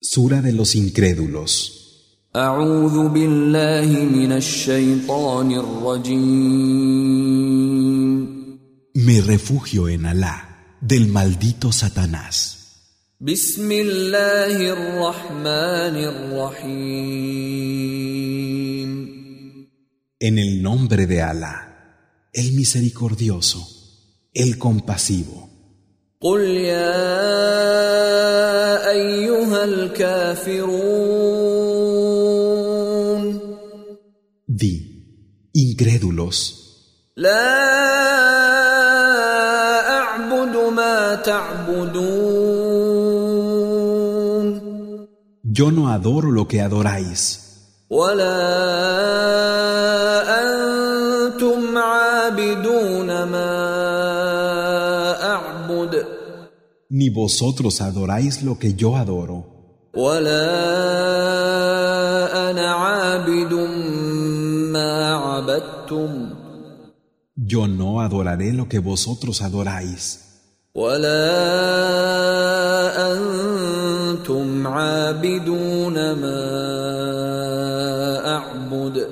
Sura de los incrédulos. أعوذ بالله من الشيطان الرجيم Me refugio en Alá, del maldito Satanás. بسم الله الرحمن الرحيم En el nombre de Alá, el misericordioso, el compasivo. قل يا أيها الكافرون Di, incrédulos, لا أعبد ما تعبدون yo no adoro lo que adoráis, ولا أنتم عابدون ما أعبد ni vosotros adoráis lo que yo adoro, ولا أنا عابد ما عبدتم yo no adoraré lo que vosotros adoráis, ولا أنتم عابدون ما أعبد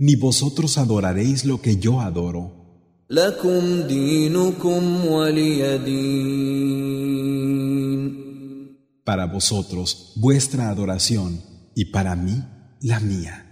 ni vosotros adoraréis lo que yo adoro. لكم دينكم ولي دين Para vosotros, vuestra adoración, y para mí, la mía.